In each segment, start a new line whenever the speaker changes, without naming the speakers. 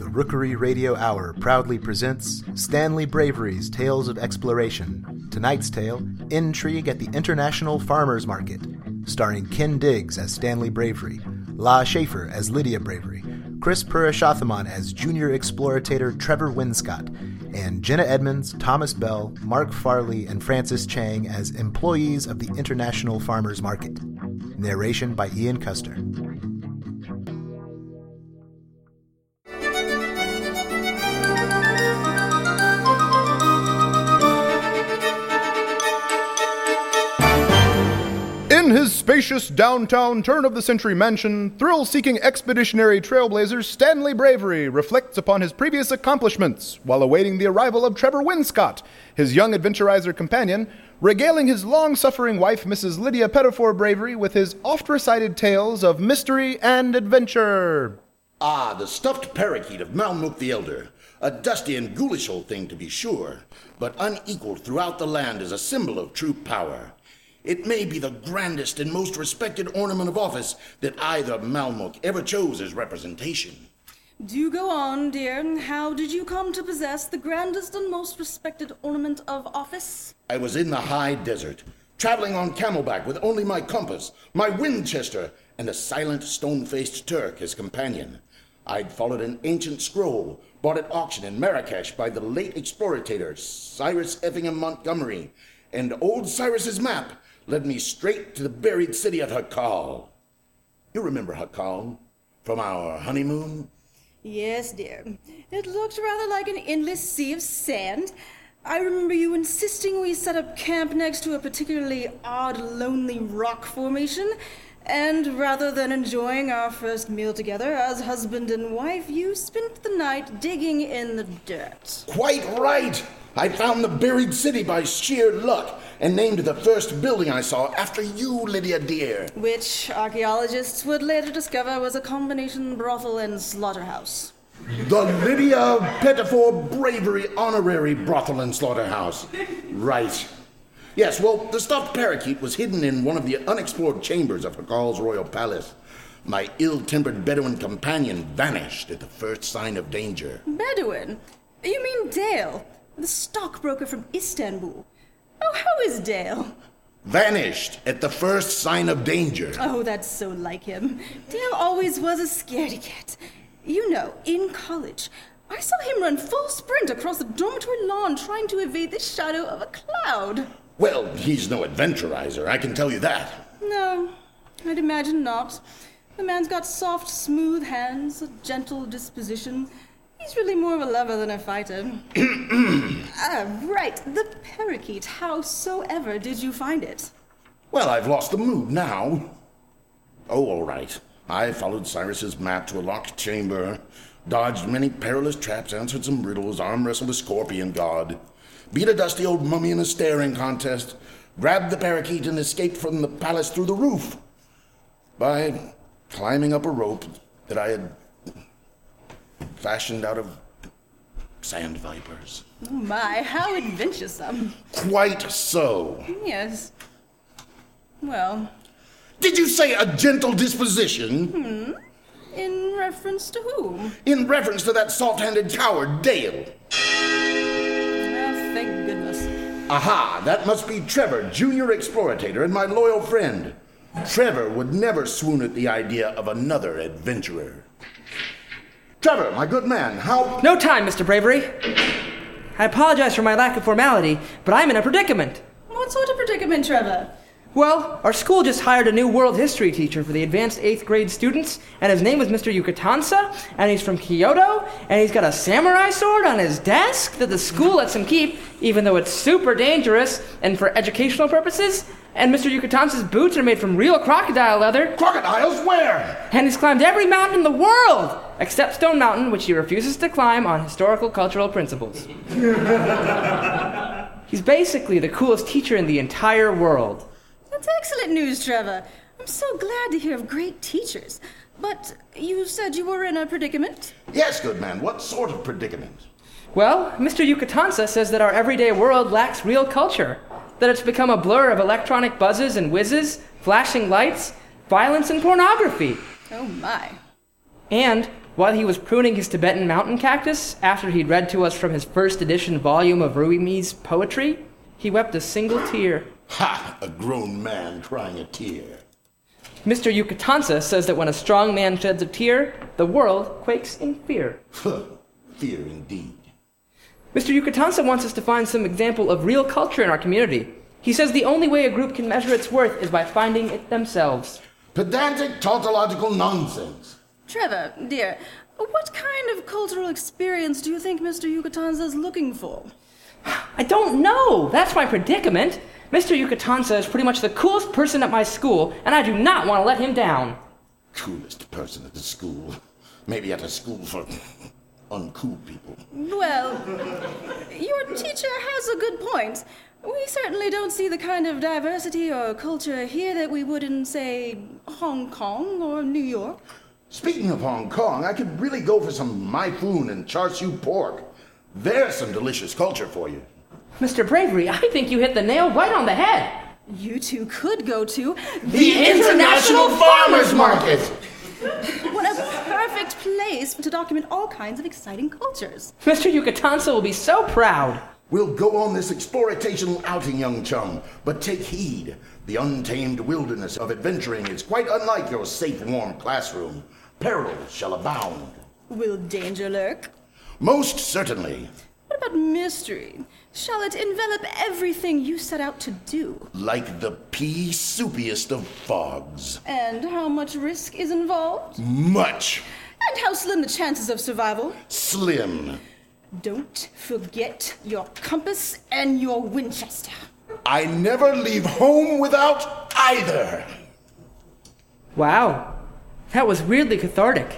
Rookery Radio Hour proudly presents Stanley Bravery's Tales of Exploration. Tonight's tale, Intrigue at the International Farmers Market, starring Ken Diggs as Stanley Bravery, La Schaefer as Lydia Bravery, Chris Purishothaman as Junior Explorator Trevor Winscott, and Jenna Edmonds, Thomas Bell, Mark Farley, and Francis Chang as employees of the International Farmers Market. Narration by Ian Custer.
In his spacious downtown turn of the century mansion, thrill seeking expeditionary trailblazer Stanley Bravery reflects upon his previous accomplishments while awaiting the arrival of Trevor Winscott, his young adventurizer companion, regaling his long suffering wife, Mrs. Lydia Pettifor Bravery, with his oft recited tales of mystery and adventure.
Ah, the stuffed parakeet of Malmuk the Elder. A dusty and ghoulish old thing, to be sure, but unequaled throughout the land as a symbol of true power. It may be the grandest and most respected ornament of office that either Malmuk ever chose as representation.
Do go on, dear. How did you come to possess the grandest and most respected ornament of office?
I was in the high desert, traveling on camelback with only my compass, my Winchester, and a silent stone faced Turk as companion. I'd followed an ancient scroll bought at auction in Marrakesh by the late explorator Cyrus Effingham Montgomery, and old Cyrus's map led me straight to the buried city of Hakal. You remember Hakal from our honeymoon?
Yes, dear. It looked rather like an endless sea of sand. I remember you insisting we set up camp next to a particularly odd, lonely rock formation. And rather than enjoying our first meal together as husband and wife, you spent the night digging in the dirt.
Quite right! I found the buried city by sheer luck and named the first building I saw after you, Lydia dear.
Which archaeologists would later discover was a combination brothel and slaughterhouse.
The Lydia Pettifor Bravery Honorary Brothel and Slaughterhouse. Right. Yes, well, the stuffed parakeet was hidden in one of the unexplored chambers of Hakal's royal palace. My ill tempered Bedouin companion vanished at the first sign of danger.
Bedouin? You mean Dale, the stockbroker from Istanbul. Oh, how is Dale?
Vanished at the first sign of danger.
Oh, that's so like him. Dale always was a scaredy cat. You know, in college, I saw him run full sprint across the dormitory lawn trying to evade the shadow of a cloud.
Well, he's no adventurizer, I can tell you that.
No, I'd imagine not. The man's got soft, smooth hands, a gentle disposition. He's really more of a lover than a fighter. ah, right. The parakeet. Howsoever did you find it?
Well, I've lost the mood now. Oh, all right. I followed Cyrus's map to a locked chamber, dodged many perilous traps, answered some riddles, arm wrestled a scorpion god, beat a dusty old mummy in a staring contest, grabbed the parakeet, and escaped from the palace through the roof by climbing up a rope that I had fashioned out of sand vipers.
Oh my, how adventuresome.
Quite so.
Yes. Well,
Did you say a gentle disposition
in reference to whom?
in reference to that soft handed coward, Dale?
Ah, thank goodness.
Aha, that must be Trevor, junior explorator, and my loyal friend. Trevor would never swoon at the idea of another adventurer. Trevor, my good man, how.
No time, Mr. Bravery. I apologize for my lack of formality, but I'm in a predicament.
What sort of predicament, Trevor?
Well, our school just hired a new world history teacher for the advanced eighth grade students, and his name was Mr. Yucatansa, and he's from Kyoto, and he's got a samurai sword on his desk that the school lets him keep, even though it's super dangerous and for educational purposes. And Mr. Yucatansa's boots are made from real crocodile leather,
Crocodiles, where?
and he's climbed every mountain in the world except Stone Mountain, which he refuses to climb on historical cultural principles. he's basically the coolest teacher in the entire world.
That's excellent news, Trevor. I'm so glad to hear of great teachers. But you said you were in a predicament?
Yes, good man, what sort of predicament?
Well, Mr. Yucatansa says that our everyday world lacks real culture, that it's become a blur of electronic buzzes and whizzes, flashing lights, violence, and pornography.
Oh my.
And while he was pruning his Tibetan mountain cactus, after he'd read to us from his first edition volume of Rumi's poetry, he wept a single tear.
Ha! A grown man crying a tear.
Mr. Yucatansa says that when a strong man sheds a tear, the world quakes in fear.
Fear indeed.
Mr. Yucatansa wants us to find some example of real culture in our community. He says the only way a group can measure its worth is by finding it themselves.
Pedantic tautological nonsense.
Trevor, dear, what kind of cultural experience do you think Mr. Yucatanza is looking for?
I don't know! That's my predicament! Mr. Yucatansa is pretty much the coolest person at my school, and I do not want to let him down.
Coolest person at the school. Maybe at a school for uncool people.
Well, your teacher has a good point. We certainly don't see the kind of diversity or culture here that we would in, say, Hong Kong or New York.
Speaking of Hong Kong, I could really go for some my foon and char siu pork. There's some delicious culture for you.
Mr. Bravery, I think you hit the nail right on the head!
You two could go to
The International Farmers Market!
what a perfect place to document all kinds of exciting cultures.
Mr. Yucatansa will be so proud!
We'll go on this explorational outing, young chum, but take heed. The untamed wilderness of adventuring is quite unlike your safe, warm classroom. Peril shall abound.
Will danger lurk?
Most certainly.
What about mystery? Shall it envelop everything you set out to do?
Like the pea soupiest of fogs.
And how much risk is involved?
Much.
And how slim the chances of survival?
Slim.
Don't forget your compass and your Winchester.
I never leave home without either.
Wow, that was weirdly cathartic.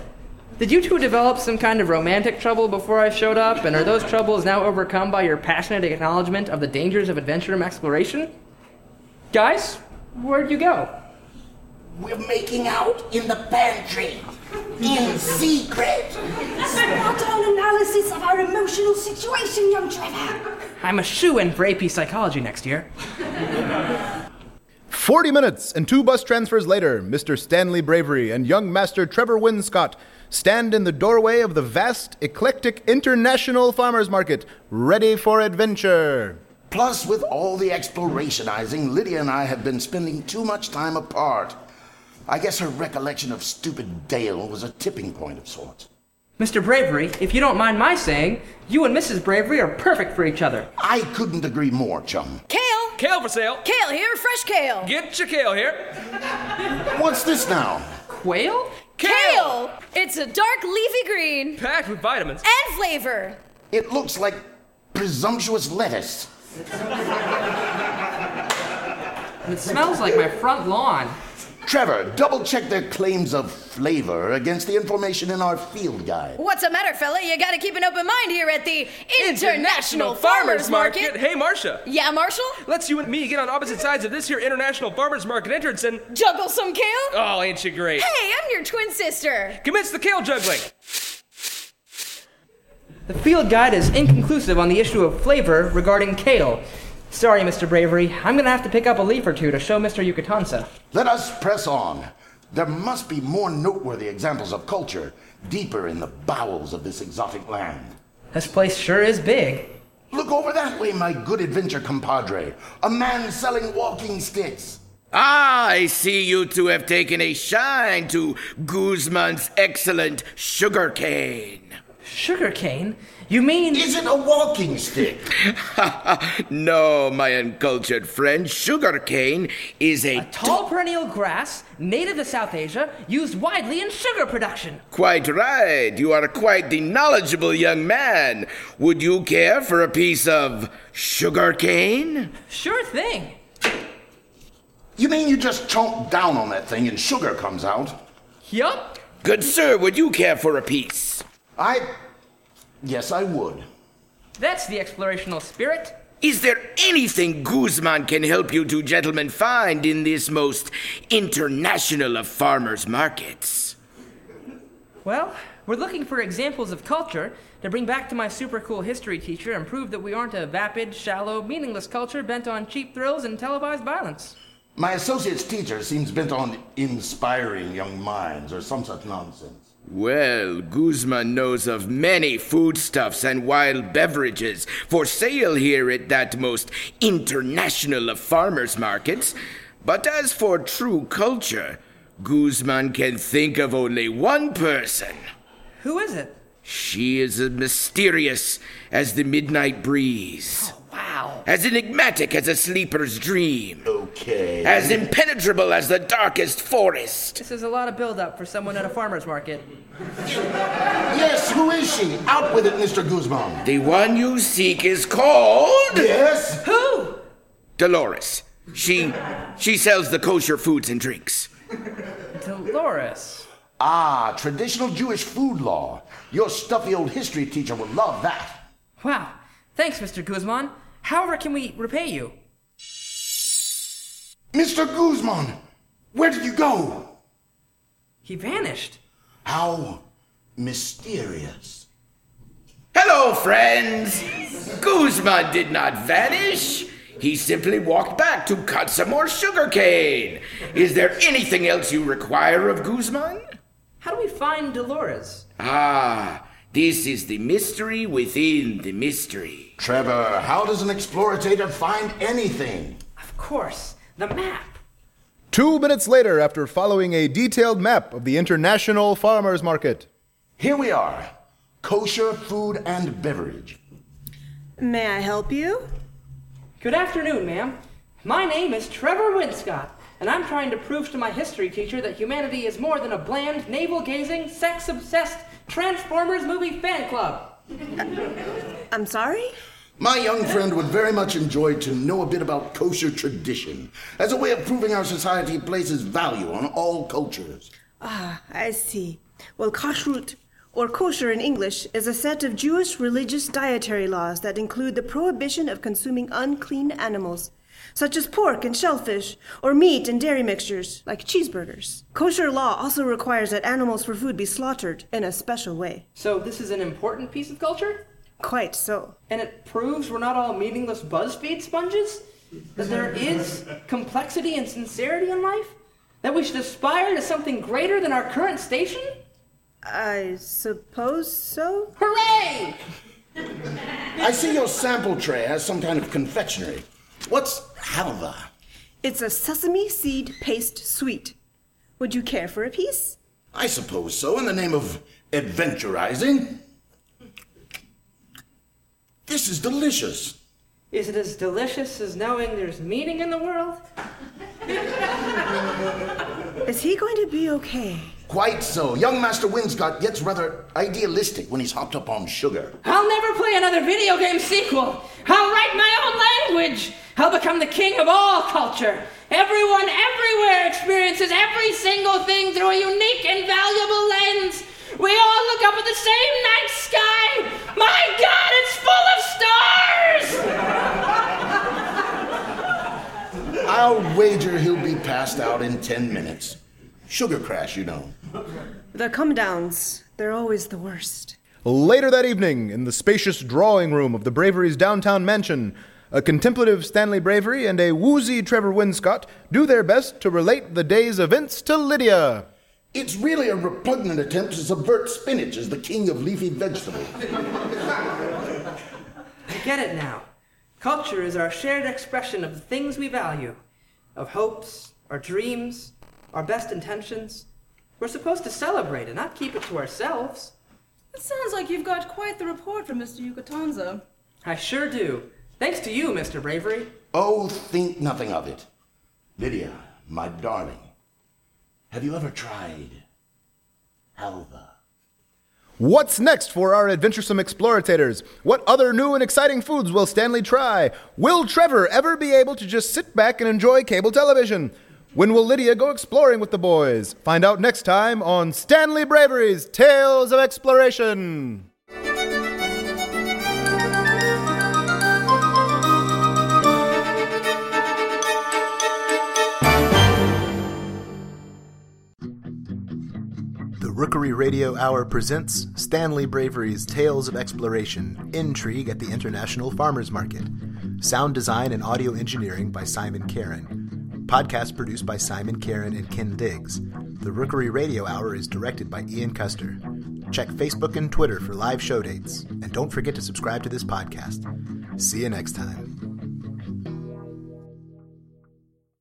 Did you two develop some kind of romantic trouble before I showed up, and are those troubles now overcome by your passionate acknowledgement of the dangers of adventure and exploration? Guys, where'd you go?
We're making out in the pantry. In secret.
Spot on analysis of our emotional situation, young Trevor.
I'm a shoe in for AP psychology next year.
40 minutes and two bus transfers later, Mr. Stanley Bravery and young master Trevor Winscott stand in the doorway of the vast, eclectic international farmers market, ready for adventure.
Plus, with all the explorationizing, Lydia and I have been spending too much time apart. I guess her recollection of stupid Dale was a tipping point of sorts.
Mr. Bravery, if you don't mind my saying, you and Mrs. Bravery are perfect for each other.
I couldn't agree more, chum.
Kale!
Kale for sale.
Kale here, fresh kale!
Get your kale here.
What's this now?
Quail?
Kale! It's a dark leafy green
Packed with vitamins.
and flavor.
It looks like presumptuous lettuce.
It smells like my front lawn.
Trevor, double check their claims of flavor against the information in our field guide.
What's the matter, fella? You gotta keep an open mind here at the International
Farmers
Farmers Market.
Hey, Marcia.
Yeah, Marshall?
Let's you and me get on opposite sides of this here International Farmers Market entrance and.
Juggle some kale?
Oh, ain't you great?
Hey, I'm your twin sister.
Commence the kale juggling.
The field guide is inconclusive on the issue of flavor regarding kale. Sorry, Mr. Bravery, I'm gonna have to pick up a leaf or two to show Mr. Yucatansa.
Let us press on. There must be more noteworthy examples of culture deeper in the bowels of this exotic land.
This place sure is big.
Look over that way, my good adventure compadre. A man selling walking sticks.
Ah, I see you two have taken a shine to Guzman's excellent sugarcane.
Sugarcane? You mean.
Is it a walking stick?
no, my uncultured friend, sugarcane is a
Tall perennial grass, native to South Asia, used widely in sugar production.
Quite right. You are quite the knowledgeable young man. Would you care for a piece of sugarcane?
Sure thing.
You mean you just chomp down on that thing and sugar comes out?
Yup.
Good sir, would you care for a piece?
I. Yes, I would.
That's the explorational spirit.
Is there anything Guzman can help you two gentlemen find in this most international of farmers' markets?
Well, we're looking for examples of culture to bring back to my super cool history teacher and prove that we aren't a vapid, shallow, meaningless culture bent on cheap thrills and televised violence.
My associate's teacher seems bent on inspiring young minds or some such nonsense.
Well, Guzman knows of many foodstuffs and wild beverages for sale here at that most international of farmers markets. But as for true culture, Guzman can think of only one person.
Who is it?
She is as mysterious as the midnight breeze,
Wow.
as enigmatic as a sleeper's dream,
Okay.
as impenetrable as the darkest forest.
This is a lot of build-up for someone at a farmer's market.
Yes, who is she? Out with it, Mr. Guzman.
The one you seek is called.
Yes?
Who?
Dolores. She she sells the kosher foods and drinks.
Dolores.
Ah, traditional Jewish food law. Your stuffy old history teacher will love that.
Wow. Thanks, Mr. Guzman. However, can we repay you?
Mr. Guzman, where did you go?
He vanished.
How mysterious.
Hello, friends! Guzman did not vanish. He simply walked back to cut some more sugarcane. Is there anything else you require of Guzman?
How do we find Dolores?
Ah, this is the mystery within the mystery.
Trevor, how does an explorator find anything?
Of course, the map.
Two minutes later, after following a detailed map of the International Farmers Market.
Here we are kosher food and beverage.
May I help you?
Good afternoon, ma'am. My name is Trevor Winscott, and I'm trying to prove to my history teacher that humanity is more than a bland, navel-gazing, sex-obsessed Transformers movie fan club.
I'm sorry?
My young friend would very much enjoy to know a bit about kosher tradition as a way of proving our society places value on all cultures.
Ah, I see. Well, kashrut, or kosher in English, is a set of Jewish religious dietary laws that include the prohibition of consuming unclean animals, such as pork and shellfish, or meat and dairy mixtures, like cheeseburgers. Kosher law also requires that animals for food be slaughtered in a special way.
So this is an important piece of culture?
Quite so.
and it proves we're not all meaningless BuzzFeed sponges, that there is complexity and sincerity in life, that we should aspire to something greater than our current station?
I suppose so?
Hooray!
I see your sample tray has some kind of confectionery. What's halva?
It's a sesame seed paste sweet. Would you care for a piece?
I suppose so, in the name of adventurizing. This is delicious.
Is it as delicious as knowing there's meaning in the world?
Is he going to be okay?
Quite so. Young Master Winscott gets rather idealistic when he's hopped up on sugar.
I'll never play another video game sequel! I'll write my own language! I'll become the king of all culture! Everyone everywhere experiences every single thing through a unique and valuable lens! We all look up at the same night sky! My god, it's full of stars!
I'll wager he'll be passed out in 10 minutes. Sugar crash, you know.
The come downs, they're always the worst.
Later that evening, in the spacious drawing room of the Bravery's downtown mansion, a contemplative Stanley Bravery and a woozy Trevor Winscott do their best to relate the day's events to Lydia.
It's really a repugnant attempt to subvert spinach as the king of leafy vegetables.
I get it now. Culture is our shared expression of the things we value, of hopes, our dreams, our best intentions. We're supposed to celebrate it, not keep it to ourselves.
It sounds like you've got quite the report from Mr. Yucatanza.
I sure do. Thanks to you, Mr. Bravery.
Oh, think nothing of it. Lydia, my darling, have you ever tried halva?
What's next for our adventuresome explorators? What other new and exciting foods will Stanley try? Will Trevor ever be able to just sit back and enjoy cable television? When will Lydia go exploring with the boys? Find out next time on Stanley Bravery's Tales of Exploration.
The Rookery Radio Hour presents Stanley Bravery's Tales of Exploration Intrigue at the International Farmers Market. Sound design and audio engineering by Simon Karen. Podcast produced by Simon Karen and Ken Diggs. The Rookery Radio Hour is directed by Ian Custer. Check Facebook and Twitter for live show dates, and don't forget to subscribe to this podcast. See you next time.